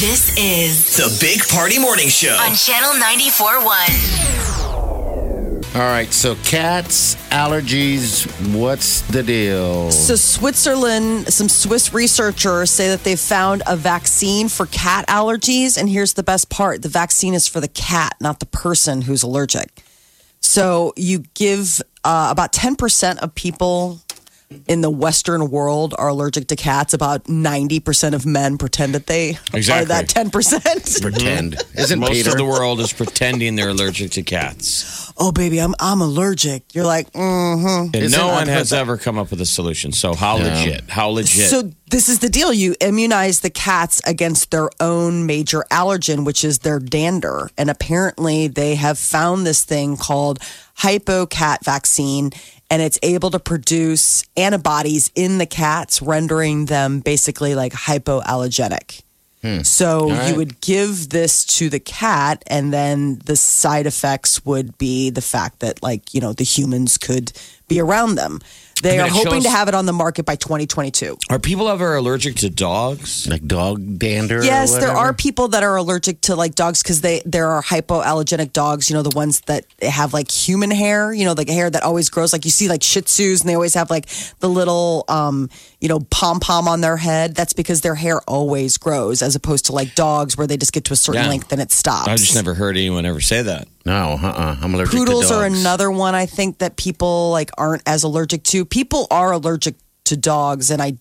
This is The Big Party Morning Show. on Channel 94.1. All right, so cats, allergies, what's the deal? So, Switzerland, some Swiss researchers say that they found a vaccine for cat allergies. And here's the best part the vaccine is for the cat, not the person who's allergic. So, you give uh, about 10% of people in the Western world are allergic to cats. About 90% of men pretend that they Exactly. are that 10%. Pretend. Isn't Mm-hmm. Most Peter? of the world is pretending they're allergic to cats. oh, baby, I'm, I'm allergic. You're like, mm hmm. And Isn't- no one I've heard has ever come up with a solution. So how legit? How legit? So this is the deal: you immunize the cats against their own major allergen, which is their dander, and apparently they have found this thing called hypocat vaccine, and it's able to produce antibodies in the cats, rendering them basically like hypoallergenic. Hmm. So you would give this to the cat, and then the side effects would be the fact that, like, you know, the humans could be around them. They I are mean, it hoping to shows- have it on the market by 2022. Are people ever allergic to dogs? like dog dander? or Yes, there are whatever? people that are allergic to like dogs because they there are hypoallergenic dogs. You know, the ones that have like human hair. You know, like hair that always grows. Like you see like Shih Tzus, and they always have like the little um, you know pom pom on their head. That's because their hair always grows, as opposed to like dogs where they just get to a certain Yeah. length and it stops. I just never heard anyone ever say that. No, uh uh-uh. I'm allergic Poodles to are dogs. another one I think that people like aren't as allergic to. People are allergic to dogs, and I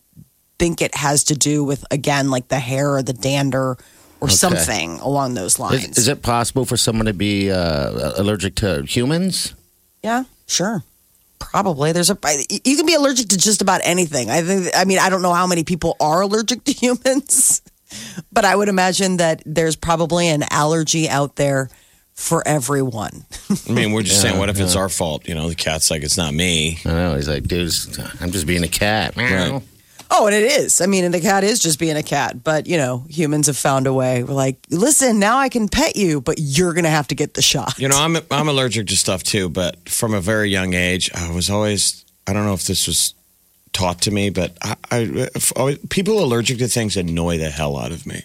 think it has to do with again like the hair or the dander or something along those lines. Is, is it possible for someone to be uh, allergic to humans? yeah, sure. Probably there's a you can be allergic to just about anything. I think I mean I don't know how many people are allergic to humans, but I would imagine that there's probably an allergy out there for everyone. I mean, we're just saying, what if it's our fault? You know, the cat's like, it's not me. I know. He's like, dude, I'm just being a cat. Right. Oh, and it is. I mean, and the cat is just being a cat, but you know, humans have found a way. We're like, listen, now I can pet you, but you're gonna have to get the shot. You know, I'm I'm allergic to stuff too, but from a very young age, I was always I don't know if this was taught to me, but I, I if- always, people allergic to things annoy the hell out of me.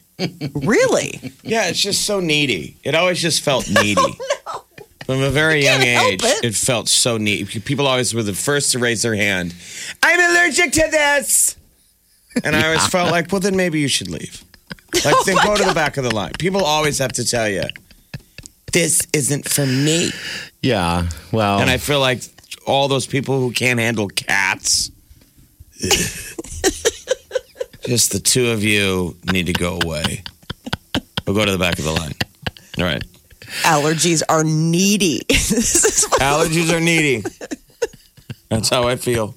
really? Yeah, it's just so needy. It always just felt needy. From a very young help age, it. it. felt so neat. People always were the first to raise their hand. I'm allergic to this, and I always felt like, well, then maybe you should leave. Like, then Oh go to the back of the line. People always have to tell you, this isn't for me. Yeah. Well, Oh. And I feel like all those people who can't handle cats. just the two of you need to go away. We'll go to the back of the line. All right. Allergies are needy. this is what Allergies are needy. That's how I feel.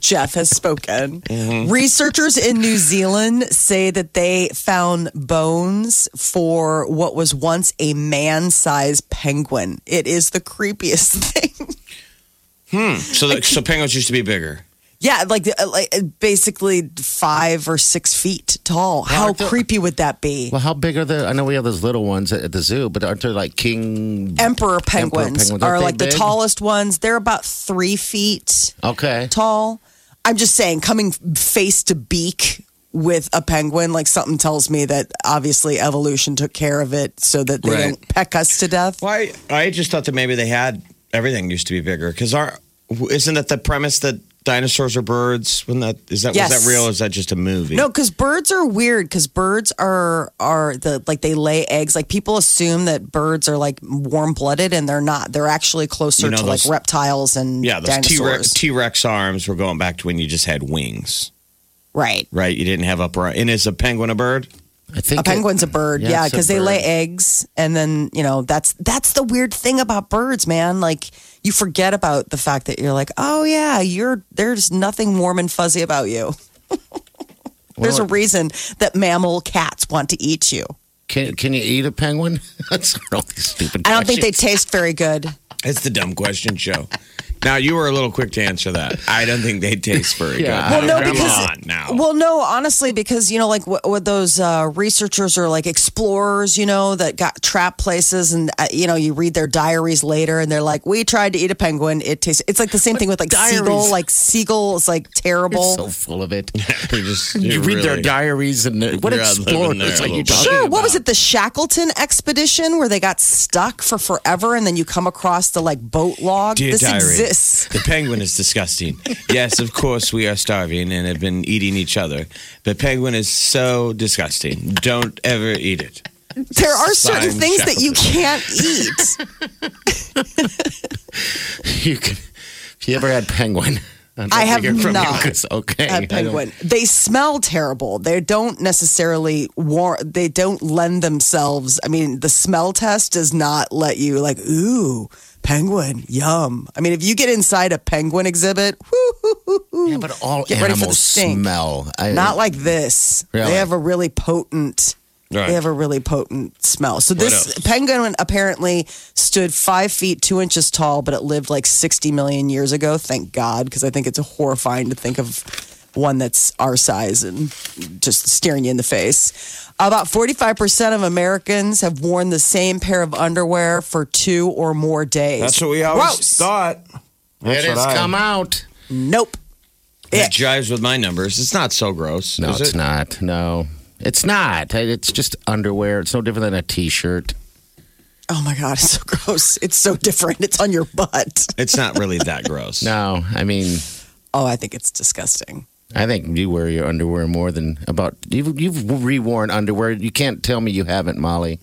Jeff has spoken. Researchers in New Zealand say that they found bones for what was once a man-sized penguin. It is the creepiest thing. So, the, so penguins used to be bigger. Yeah, like uh, like uh, basically five or six feet tall. How aren't the- creepy would that be? well, how big are the? I know we have those little ones at, at the zoo, but aren't there like king? Emperor penguins, penguins, are aren't they like the big? tallest ones. They're about three feet Okay. tall. I'm just saying, coming face to beak with a penguin, like something tells me that obviously evolution took care of it so that they Right. don't peck us to death. Why? I just thought that maybe they had everything used to be bigger because our isn't that the premise that dinosaurs are birds? When that is that was Yes. that real? Or is that just a movie? No, because birds are weird. Because birds are are the like they lay eggs. Like people assume that birds are like warm blooded, and they're not. They're actually closer You know to those- like reptiles and Yeah, those T Rex dinosaurs. T Rex arms were going back to when you just had wings, right. right? You didn't have upper. And is a penguin a bird? I think A penguin's a bird, Yeah, yeah, it's a because they lay bird. eggs, and then you know that's that's the weird thing about birds, man. Like you forget about the fact that you're like, oh yeah, you're there's nothing warm and fuzzy about you. There's a Well, reason that mammal cats want to eat you. Can Can you eat a penguin? That's really stupid. I don't think they questions. taste very good. It's the dumb question show. Now you were a little quick to answer that. I don't think they taste very Yeah. good. Well, I no, mean, come because- on now. Well, no, honestly, because you know, like what, what those uh, researchers or like explorers, you know, that got trapped places, and uh, you know, you read their diaries later, and they're like, "We tried to eat a penguin. It tastes." It's like the same thing with like Diaries. seagull. Like seagull is like terrible. You're so full of it. You're just- you you're read their really- diaries and they're- what You're out living explorers there are a you little talking Sure. about? What was it? The Shackleton expedition where they got stuck for forever, and then you come across the like boat log. Dear this diary, exists. The penguin is disgusting. yes, of course we are starving and have been eating each other. The penguin is so disgusting. Don't ever eat it. There are certain Sign things that you can't eat. You can, if you ever had penguin, I'd I like to have hear from you, not 'cause, okay, I a don't- penguin. They smell terrible. They don't necessarily war. They don't lend themselves. I mean, the smell test does not let you like ooh penguin yum. I mean, if you get inside a penguin exhibit, whoo, hoo, hoo, hoo. Yeah, but all Get ready for the animals stink. smell. I, not like this. Really? They have a really potent. Right. They have a really potent smell. So this else? penguin apparently stood five feet two inches tall, but it lived like sixty million years ago. Thank God, because I think it's horrifying to think of one that's our size and just staring you in the face. About forty-five percent of Americans have worn the same pair of underwear for two or more days. That's what we always Gross. thought. it That's what has I- come out. Nope. It jives with my numbers. It's not so gross. No, is it's it? not. No, it's not. It's just underwear. It's no different than a t-shirt. Oh my God, it's so gross. It's so different. It's on your butt. It's not really that gross. No, I mean, Oh, I think it's disgusting. I think you wear your underwear more than about you've you've re-worn underwear. You can't tell me you haven't, Molly.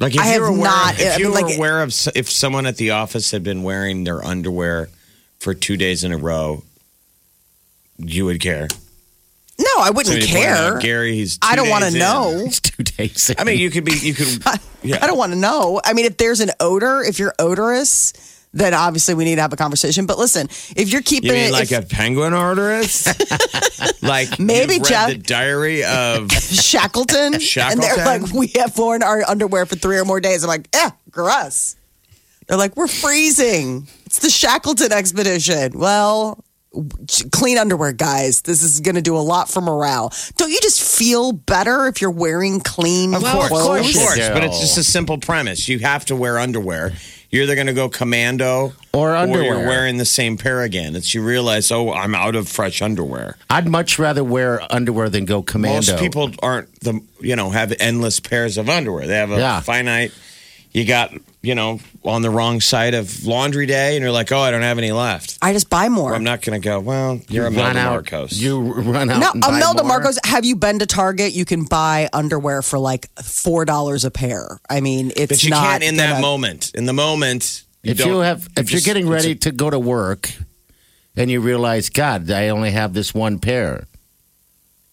Like if I you have were aware, not- If I you mean, were like- aware of s- if someone at the office had been wearing their underwear for two days in a row, you would care. No, I wouldn't Somebody pointed care. out, Gary, he's. I two don't want to days in." know. It's two days. I mean, you could be. You could. Yeah. I don't want to know. I mean, if there's an odor, if you're odorous, then obviously we need to have a conversation. But listen, if you're keeping You mean it, like if a penguin artist? like Maybe you've read Jeff- the diary of Shackleton, and they're Shackleton? like, we have worn our underwear for three or more days. I'm like, eh, gross. They're like, we're freezing. It's the Shackleton expedition. Well, w- clean underwear, guys. This is going to do a lot for morale. Don't you just feel better if you're wearing clean course, clothes? course you Of course, do. but it's just a simple premise. You have to wear underwear. You're either going to go commando Or you're underwear. wearing the same pair again. It's you realize, oh, I'm out of fresh underwear. I'd much rather wear underwear than go commando. Most people aren't the you know have endless pairs of underwear. They have a Yeah. finite. You got you know on the wrong side of laundry day, and you're like, oh, I don't have any left. I just buy more. I'm not going to go. Well, you're a run Melda out. Marcos. You run out. No, and buy Imelda more. Marcos, have you been to Target? You can buy underwear for like four dollars a pair. I mean, it's but you not can't in that gonna- moment. In the moment, you if don't, you have if you're just- getting it's a- ready to go to work and you realize god i only have this one pair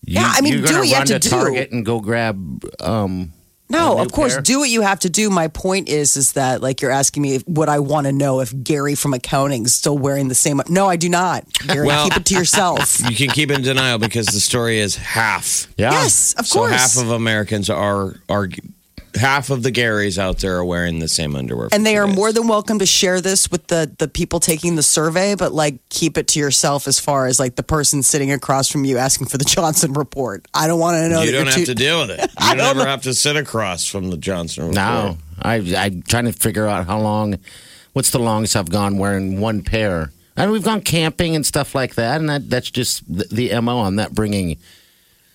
you, Yeah, I mean, you're do gonna what you run have to do. target and go grab um No, A new of course, pair? do what you have to do. My point is, is that like you're asking me, if, would I want to know if Gary from accounting is still wearing the same? No, I do not. Gary, Well- keep it to yourself. you can keep in denial because the story is half. yeah Yes, of so course. half of Americans are are half of the Garys out there are wearing the same underwear, for and they two are days. more than welcome to share this with the the people taking the survey but like keep it to yourself as far as like the person sitting across from you asking for the johnson report i don't want to know You that you're don't have too- to deal with it. You don't ever have to sit across from the Johnson. Report. now i i'm trying to figure out how long what's the longest i've gone wearing one pair and we've gone camping and stuff like that and that, that's just the, the mo on that bringing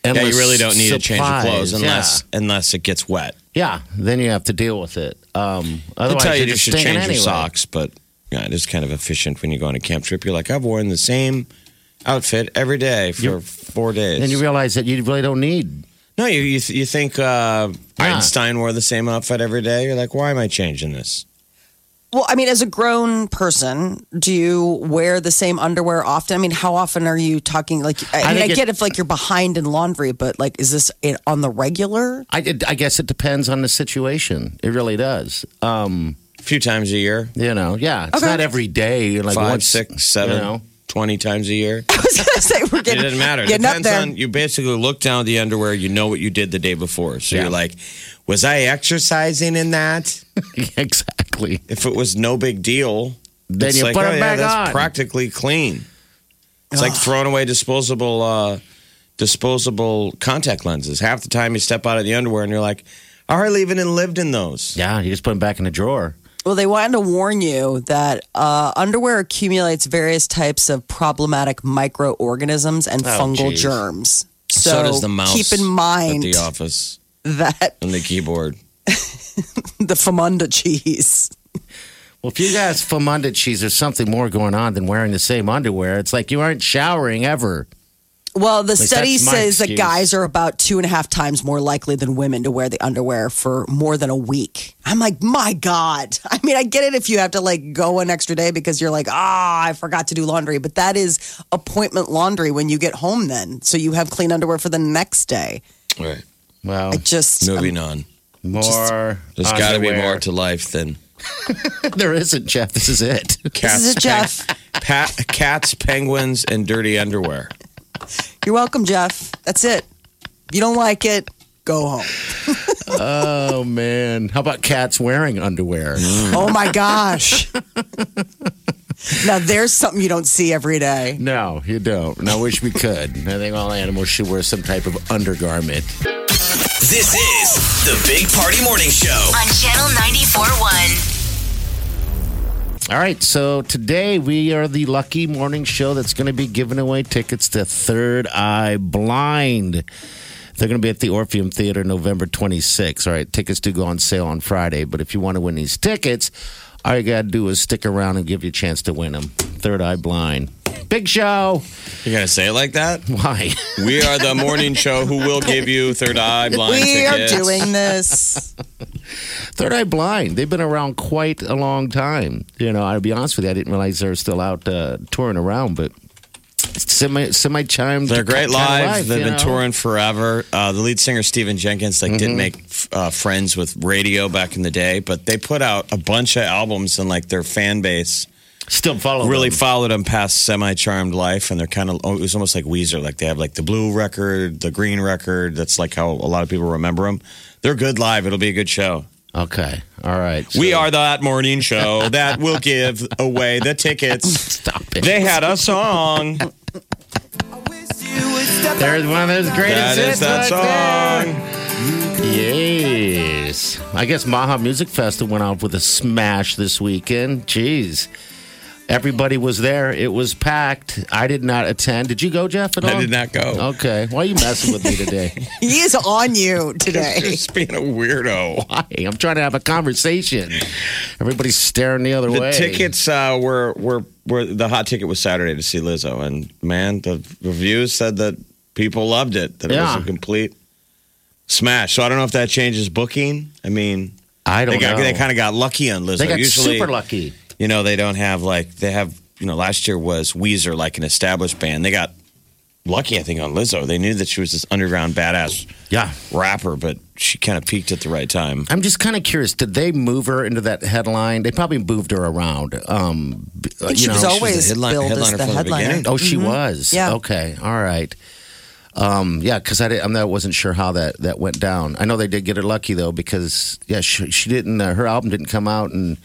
yeah, you endless really don't need to change your clothes supplies. unless unless it gets wet. yeah. yeah then you have to deal with it um I otherwise tell you're you, you just should stinking change anyway. your socks, but yeah, it is kind of efficient when you go on a camp trip. You're like, I've worn the same outfit every day for four days. then you realize that you really don't need no, you you, you think uh, Yeah. Einstein wore the same outfit every day? You're like, why am I changing this? well i mean as a grown person do you wear the same underwear often i mean how often are you talking like i, I mean i think it- get if like you're behind in laundry but like is this in, on the regular I, it- I guess it depends on the situation. It really does. Um, A few times a year. you know, yeah, it's Okay. not every day. Like Five, once, six, seven. You know, 20 times a year. I was going to say we're It getting doesn't matter. It Getting up Depends there. on you basically look down at the underwear, you know what you did the day before. So Yeah. you're like, was I exercising in that? exactly. If it was no big deal, Then it's you like, put oh, 'em yeah, back that's on. practically clean. It's like throwing away disposable uh, disposable contact lenses. Half the time you step out of the underwear and you're like, I hardly even lived in those. Yeah, you just put them back in the drawer. Well, they wanted to warn you that uh, underwear accumulates various types of problematic microorganisms Oh, and fungal geez. germs. So, So, does the mouse. keep in mind at the office that and the keyboard. the famunda cheese. Well, if you guys fomunda cheese, there's something more going on than wearing the same underwear. It's like you aren't showering ever. Well, the least study that's my says that excuse. guys are about two and a half times more likely than women to wear the underwear for more than a week. I'm like, my God. I mean, I get it if you have to like go an extra day because you're like, ah, I forgot to do laundry, but that is appointment laundry when you get home then. So you have clean underwear for the next day. Right. Well, I just, Moving on. more. There's got to be underwear. more to life than there isn't, Jeff. This is it. this cats, is it, Jeff. pa- cats, penguins, and dirty underwear. You're welcome, Jeff. That's it. If you don't like it, go home. oh man, how about cats wearing underwear? Mm. Oh my gosh. now there's something you don't see every day. no, you don't. And I wish we could. I think all animals should wear some type of undergarment. This is the Big Party Morning Show. on Channel 94.1. All right, so today we are the lucky morning show that's going to be giving away tickets to Third Eye Blind. They're going to be at the Orpheum Theater November 26th. All right, tickets do go on sale on Friday, but if you want to win these tickets, all you got to do is stick around and give you a chance to win them. Third Eye Blind. Big show. You're going to say it like that? Why? We are the morning show who will give you third eye blind We are tickets. doing this. Third Eye Blind. They've been around quite a long time. You know, I'll be honest with you, I didn't realize they were still out uh, touring around, but semi semi chimed. They're great live. They've been touring. touring forever. Uh, the lead singer Steven Jenkins like didn't make f- uh, friends with radio back in the day, but they put out a bunch of albums and like their fan base Still follow. really them. followed them past semi charmed life, and they're kind of oh, it was almost like Weezer. Like they have like the blue record, the green record. That's like how a lot of people remember them. They're good live. It'll be a good show. okay. All right. We So- are that morning show that will give away the tickets. Stop it. They had a song. There's one of those greatest That is hits. that right there. song. Yes. I guess Maha Music Festival went off with a smash this weekend. Jeez. Everybody was there. It was packed. I did not attend. Did you go, Jeff? At all? I did not go. Okay. Why are you messing with me today? He is on you You're today. just being a weirdo. Why? I'm trying to have a conversation. Everybody's staring the other The way. tickets uh, were were were the hot ticket was Saturday to see Lizzo, and man, the reviews said that people loved it. That it was Yeah. a complete smash. So I don't know if that changes booking. I mean, I don't they got know. they kind of got lucky on Lizzo. They got Usually, super lucky. you know, they don't have like they have. You know, last year was Weezer, like an established band. They got lucky, I think, on Lizzo. They knew that she was this underground badass Yeah. rapper, but she kind of peaked at the right time. I'm just kind of curious. Did they move her into that headline? They probably moved her around. Um, b- uh, she you know, was always headline- billed as headliner the from the headliner. beginning. Oh, she was. Yeah. Okay. All right. Um, yeah, because I, didn't- I'm not wasn't sure how that that went down. I know they did get her lucky though, because yeah, she, she didn't. Uh, her album didn't come out, and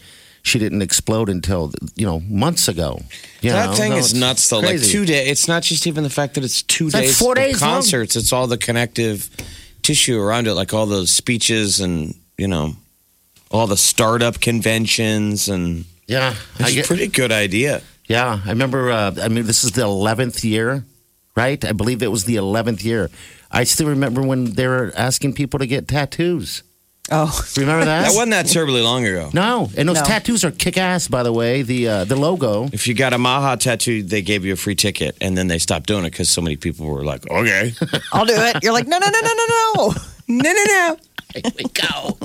she didn't explode until you know months ago. You That know? thing No, is it's nuts, though. Like crazy. two days. It's not just even the fact that it's two It's like days. four of days long. concerts. It's all the connective tissue around it, like all those speeches and you know, all the startup conventions, and Yeah, I it's a get- pretty good idea. yeah. I remember. Uh, I mean, this is the 11th year, right? I believe it was the 11th year. I still remember when they were asking people to get tattoos. Oh, Remember that? That wasn't that terribly long ago. no, and those No. tattoos are kick ass. By the way, the uh, the logo. If you got a Maha tattoo, they gave you a free ticket, and then they stopped doing it because so many people were like, "Okay, I'll do it. You're like, no, no, no, no, no, no. no, no, no, Here we go.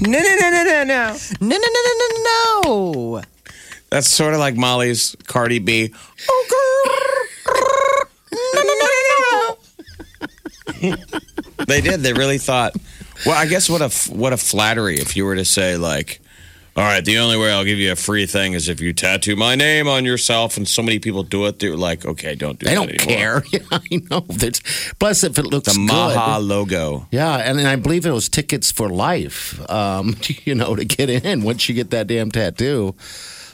no, no, no, no, no, no." No, no, no, no, no, no. That's sort of like Molly's Cardi B. they did. They really thought. Well, I guess what a what a flattery if you were to say like, all right, the only way I'll give you a free thing is if you tattoo my name on yourself. And so many people do it. They're like, okay, don't do They that don't anymore. care. Yeah, I know. There's, plus, if it looks The good. Maha logo. Yeah, and, and I believe it was tickets for life, um, you know, to get in once you get that damn tattoo.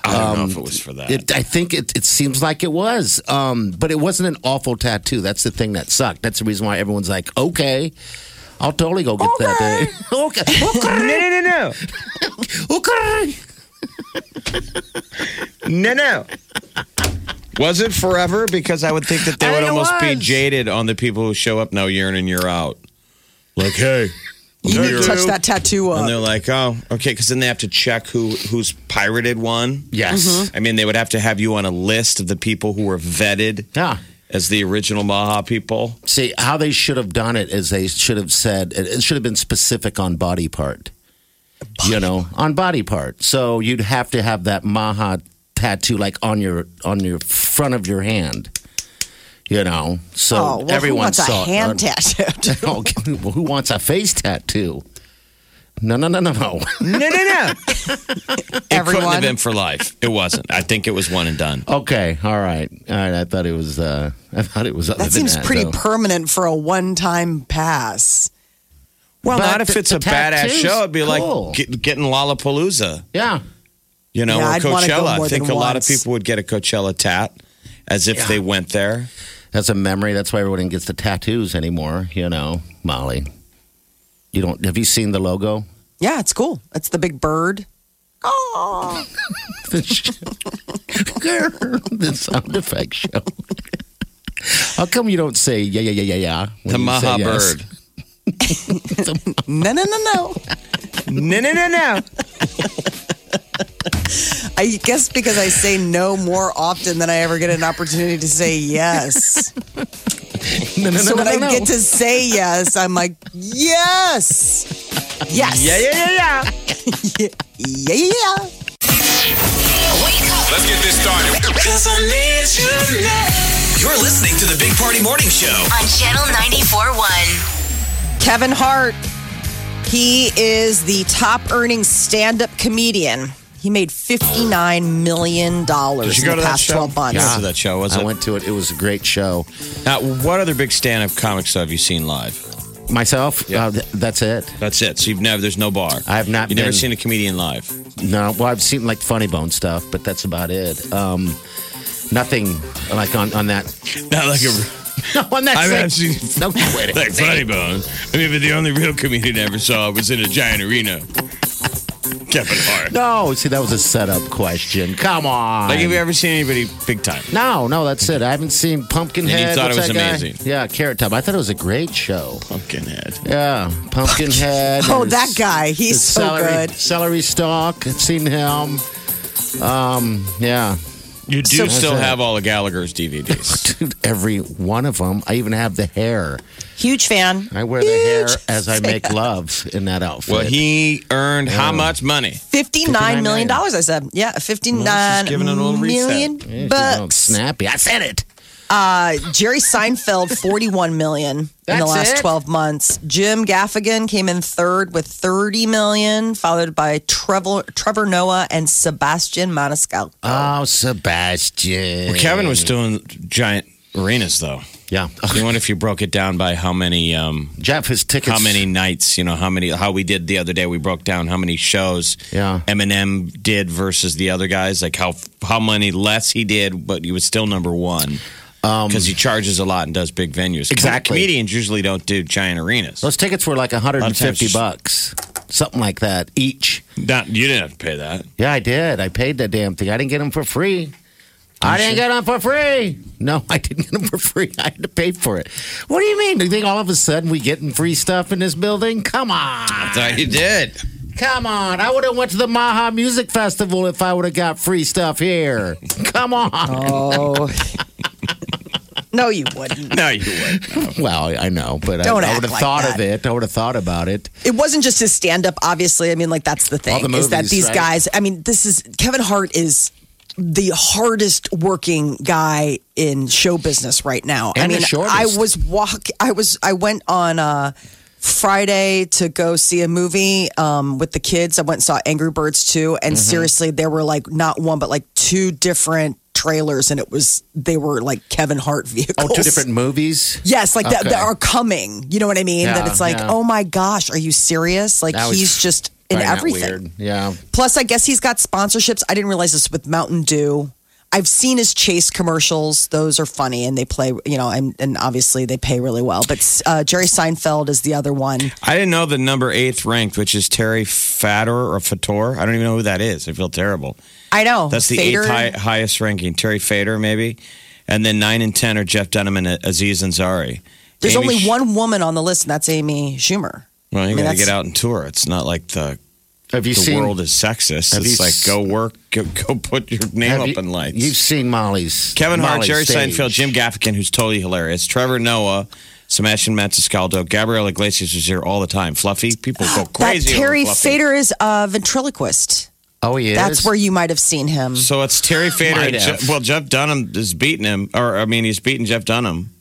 I don't know if it was for that. It, I think it, it seems like it was, um, but it wasn't an awful tattoo. That's the thing that sucked. That's the reason why everyone's like, okay, I'll totally go get that. Day. okay. no, no, no, okay. no, no, no. Was it forever? Because I would think that they I would think it almost be was. jaded on the people who show up now year in and year out. Like, hey, You no, need to you're- touch that tattoo and up. they're Uh, like, oh, okay, because then they have to check who who's pirated one. Yes. Mm-hmm. I mean, they would have to have you on a list of the people who were vetted Yeah. as the original Maha people. See, how they should have done it is they should have said, it, it should have been specific on body part, you know, on body part. So you'd have to have that maha tattoo like on your, on your front of your hand, you know, so oh, well, everyone who wants saw a it. hand Uh, tattooed? Oh, well, who wants a face tattoo? No, no, no, no, no. No, no, no. It couldn't Everyone. have been for life. It wasn't. I think it was one and done. Okay, all right, all right. I thought it was. Uh, I thought it was. Other That than seems pretty though. permanent for a one-time pass. Well, But not if the- it's the a badass tattoos, show. It'd be cool. like get, getting Lollapalooza, yeah, you know, Yeah, or I'd wanna go Coachella. more I think than a lot of once. people would get a Coachella tat as if they went there. that's a memory. That's why everyone gets the tattoos anymore. You know, Molly. You don't. Have you seen the logo? Yeah, it's cool. It's the big bird. Oh, the sh- the sound effect show. How come you don't say yeah, yeah, yeah, yeah, yeah? when The you say Maha yes? bird. no, no, no, no. No, no, no, no. I guess because I say no more often than I ever get an opportunity to say yes. No, no, no, so no, when no, I no. get to say yes, I'm like, yes. Yes. Yeah, yeah, yeah, yeah. yeah. Yeah, yeah, yeah. Wake up. Let's get this started. You're listening to the Big Party Morning Show. On Channel 94.1. Kevin Hart. He is the top earning stand up comedian. He made $59 million in Did you go the to that past show? 12 months. Yeah. To that show, was I it? went to it. It was a great show. Now, what other big stand-up comics have you seen live? Myself, Yeah. uh, th- that's it. That's it. So you've never there's no bar. I have not You've never been- seen a comedian live. No, well, I've seen like Funny Bone stuff, but that's about it. Um, nothing like on on that. Not like a No, on that. I mean, I've same- seen- No, quit it. like Funny Bone. I mean, but the only real comedian I ever saw was in a giant arena. Kevin Hart. No, see, that was a setup question. Come on. Like, have you ever seen anybody big time? no, no, that's it. I haven't seen Pumpkinhead. And you thought it What's was that guy? amazing. Yeah, Carrot Top. I thought it was a great show. Pumpkinhead. Yeah, Pumpkinhead. Oh, There's- that guy. He's there's so celery, good. Celery Stalk. I've seen him. Um, yeah, You do still that's it. have all of Gallagher's DVDs. dude, every one of them. I even have the hair. Huge fan. I wear the hair as I make love in that outfit. well, he earned how much money? $59 million, $59 I said. Yeah, Melissa's fifty-nine giving it a little reset. million Yeah, she's all bucks. snappy. I said it. Jerry Seinfeld, 41 million in the That's last it? 12 months. Jim Gaffigan came in third with 30 million, followed by Trevor, Trevor Noah and Sebastian Maniscalco. Oh, Sebastian. Kevin was doing giant arenas, though. Yeah. You wonder if you broke it down by how many um, Jeff, his tickets. how many nights, you know, how many, how we did the other day, we broke down how many shows Yeah. Eminem did versus the other guys, like how how many less he did, but he was still number one um, because he charges a lot and does big venues. Exactly. comedians usually don't do giant arenas. Those tickets were like 150 times- bucks, something like that each. Not you didn't have to pay that. Yeah, I did. I paid that damn thing. I didn't get them for free. I didn't get them for free. No, I didn't get them for free. I had to pay for it. What do you mean? Do you think all of a sudden we getting free stuff in this building? Come on. thought you did. Come on. I would have went to the Maha Music Festival if I would have got free stuff here. Come on. Oh. no, you wouldn't. No, you would. Well, I know, but Don't I, I act would have like thought that. of it. I would have thought about it. It wasn't just his stand up, obviously. I mean, like, that's the thing All the is that movies, these right? guys, I mean, this is Kevin Hart is the hardest working guy in show business right now. I And the mean, I shortest. was walk, I was, I went on, uh, Friday to go see a movie um, with the kids. I went and saw Angry Birds 2, and Mm-hmm. seriously, there were like not one, but like two different trailers, and it was, they were like Kevin Hart vehicles. Oh, two different movies. Yes, like that, Okay. that are coming. You know what I mean? that Yeah, it's like, yeah. oh my gosh, are you serious? Like I always he's just in Find that everything. weird. Yeah. Plus, I guess he's got sponsorships. I didn't realize this with Mountain Dew. I've seen his Chase commercials; those are funny, and they play. You know, and, and obviously they pay really well. But uh, Jerry Seinfeld is the other one. I didn't know the number eighth ranked, which is Terry Fatter or Fator. I don't even know who that is. I feel terrible. I know That's the Oh, uh, Fader. eighth high, highest ranking. Terry Fader, maybe. And then nine and 10 are Jeff Dunham and Aziz Ansari. There's Amy only Sch- one woman on the list, and that's Amy Schumer. Well, you I mean, got to that's- get out and tour. It's not like the, Have you the seen world is sexist. Have It's you like s- go work, go, go put your name have up you- in lights. You've seen Molly's. Kevin Hart, Molly's Jerry stage. Seinfeld, Jim Gaffigan, who's totally hilarious, Trevor Noah, Sebastian Maniscalco, Gabrielle Iglesias was here all the time. Fluffy, people go That crazy. over Terry Fluffy. Fader is a ventriloquist. Oh, he is. That's where you might have seen him. So it's Terry Fader. Might and have. Je- well, Jeff Dunham is beating him, or I mean, he's beating Jeff Dunham.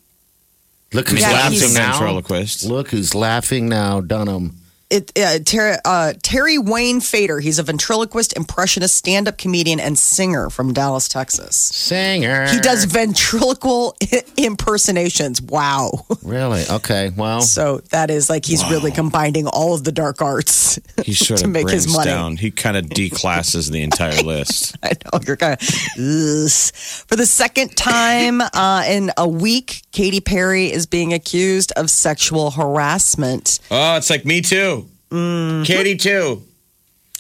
Look who's Yeah, laughing he's- now. Ventriloquist. Look who's laughing now, Dunham. It, uh, Terry, uh, Terry Wayne Fader. He's a ventriloquist, impressionist, stand-up comedian, and singer from Dallas, Texas. Singer. He does ventriloquial impersonations. Wow. Really? Okay. Well, So that is like he's really combining all of the dark arts. He sort To of make brings his money. down. He kind of declasses the entire list. I know you're kind of Ugh. for the second time uh, in a week. Katy Perry is being accused of sexual harassment. Oh, it's like me too. Mm-hmm. Katie too.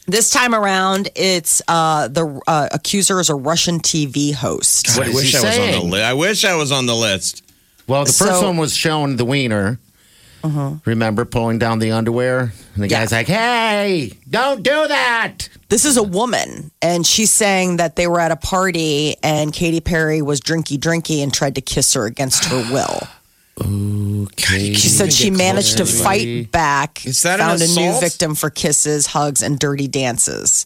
This time around, it's uh, the uh, accuser is a Russian TV host. What I is wish he I was on saying? the list. I wish I was on the list. well, the first So- Uh-huh. one was showing the wiener. Remember pulling down the underwear? And the Yeah. guy's like, hey, don't do that. This is a woman, and she's saying that they were at a party, and Katy Perry was drinky drinky and tried to kiss her against her will. Okay. She said she managed to fight back. Is that an found a new assault? victim for kisses, hugs, and dirty dances.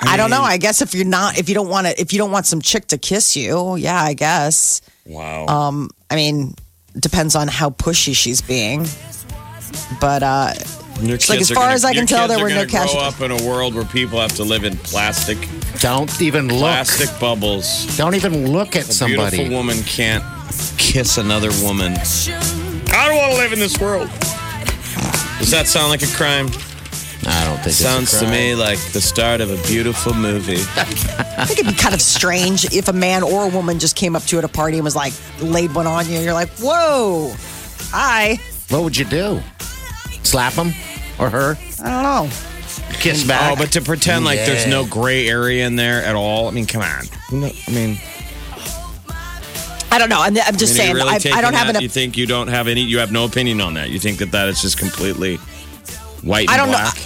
I, don't know. I guess if you're not, if you don't want to, if you don't want some chick to kiss you, yeah, I guess. Wow. Um, I mean, depends on how pushy she's being. But uh, Your like, as kids are far gonna- as I can your tell, kids there are were no gonna cash- Grow up in a world where people have to live in plastic, Don't even look. plastic bubbles. Don't even look at somebody. Beautiful woman can't kiss another woman. I don't want to live in this world. Does that sound like a crime? I don't think Sounds to me like the start of a beautiful movie. I think it'd be kind of strange if a man or a woman just came up to you at a party and was like, laid one on you. You're like, whoa, hi. What would you do? Slap him or her? I don't know. Kiss back? Oh, but to pretend like there's no gray area in there at all. I mean, come on. No, I mean, I don't know. I'm, I'm just I saying. mean, are you really I, I taking don't have that? an. You think you don't have any? You have no opinion on that? You think that that is just completely white? And I don't know. black?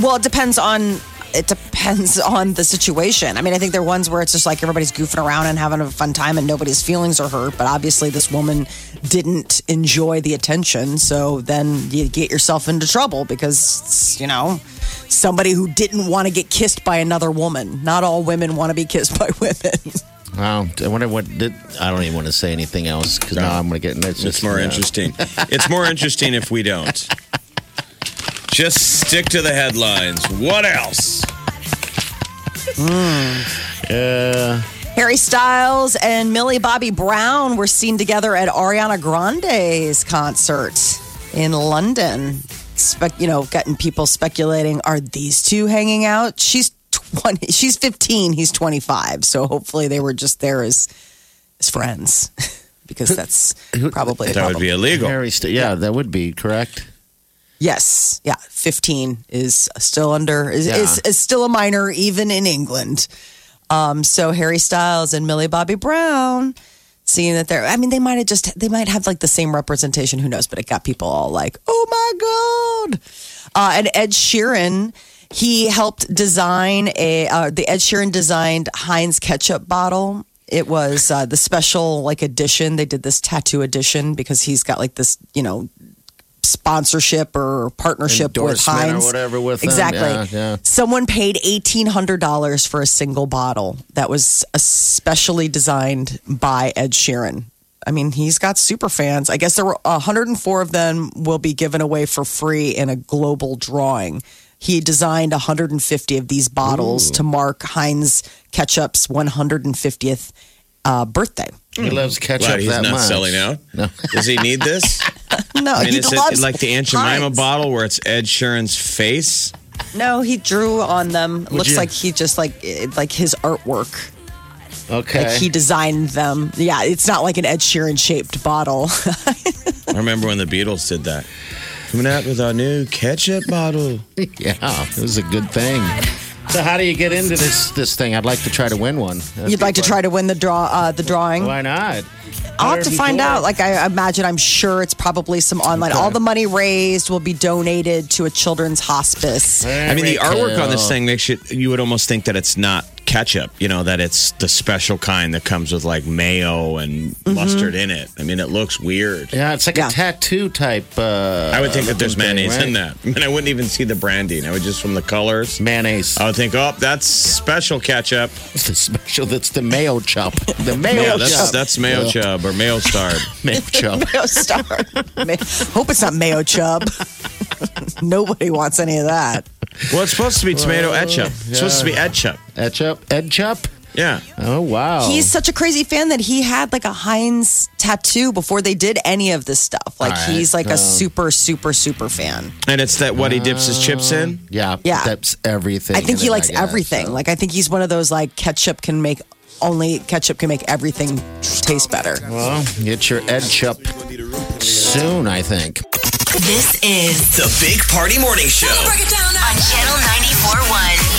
Well, it depends on it depends on the situation. I mean, I think there are ones where it's just like everybody's goofing around and having a fun time and nobody's feelings are hurt, but obviously this woman didn't enjoy the attention, so then you get yourself into trouble because you know, somebody who didn't want to get kissed by another woman. Not all women want to be kissed by women. Oh, I wonder what. Did, I don't even want to say anything else because now I'm going to get. It's, It's just more yeah. interesting. It's more interesting if we don't. Just stick to the headlines. What else? Uh, Harry Styles and Millie Bobby Brown were seen together at Ariana Grande's concert in London. Spec, you know, getting people speculating: Are these two hanging out? She's twenty. She's fifteen. He's twenty-five. So hopefully, they were just there as as friends, because that's probably the That would problem. be illegal. Very st- yeah, that would be correct. yes, yeah, fifteen is still under is, Yeah. is, is still a minor even in England. Um, so Harry Styles and Millie Bobby Brown, seeing that they're, I mean, they might have just, they might have like the same representation, who knows, but it got people all like, oh my God. Uh, and Ed Sheeran, he helped design a, uh, the Ed Sheeran designed Heinz ketchup bottle. It was uh, the special like edition. They did this tattoo edition because he's got like this, you know, sponsorship or partnership with Endorsement or Heinz. whatever with them. exactly. Yeah, yeah. Someone paid eighteen hundred dollars for a single bottle that was especially designed by Ed Sheeran. I mean, he's got super fans. I guess there were 104 of them will be given away for free in a global drawing. He designed 150 of these bottles to mark Heinz Ketchup's 150th uh, birthday. He loves ketchup Right, Mm. he's that not much. selling out. Does he need this? No, I mean, he is loves it like the Aunt Jemima Heinz. bottle where it's Ed Sheeran's face? No, he drew on them. Looks you- like he just like it- like his artwork. Okay. Like he designed them. Yeah, it's not like an Ed Sheeran shaped bottle. I remember when the Beatles did that. Coming out with our new ketchup bottle. yeah, it was a good thing. So how do you get into this this thing? I'd like to try to win one. That'd You'd be like to fun. try to win the draw uh, the drawing. Why not? I'll have to find 104. out. Like I imagine, I'm sure it's probably some online. All the money raised will be donated to a children's hospice. I mean, the Very artwork on this cool. thing makes you, you would almost think that it's not ketchup, you know, that it's the special kind that comes with like mayo and mustard in it. I mean, it looks weird. Mm-hmm. Yeah, it's like Yeah. a tattoo type. Uh, I would think that there's looking thing, mayonnaise right? in that. I mean, I wouldn't even see the branding. I would just from the colors. Mayonnaise. I would think, oh, that's special ketchup. It's the special. That's the mayo chop. The mayo Yeah, that's chop. that's mayo chub or mayo starred. mayo chop. Mayo Star. Ma- Hope it's not Mayo Chub. Nobody wants any of that. well, it's supposed to be tomato etchup. It's supposed to be etchup. Ed chop. Ed chop. Yeah. Oh wow. He's such a crazy fan that he had like a Heinz tattoo before they did any of this stuff. Like All right. he's like Um, a super, super, super fan. And it's that what he dips his chips in. yeah. Yeah. That's everything. I think in he it, likes guess, everything. so. Like I think he's one of those like ketchup can make only ketchup can make everything taste better. Well, get your Ed chop soon. I think. This is The Big Party Morning Show. Break it down on Channel 94.1.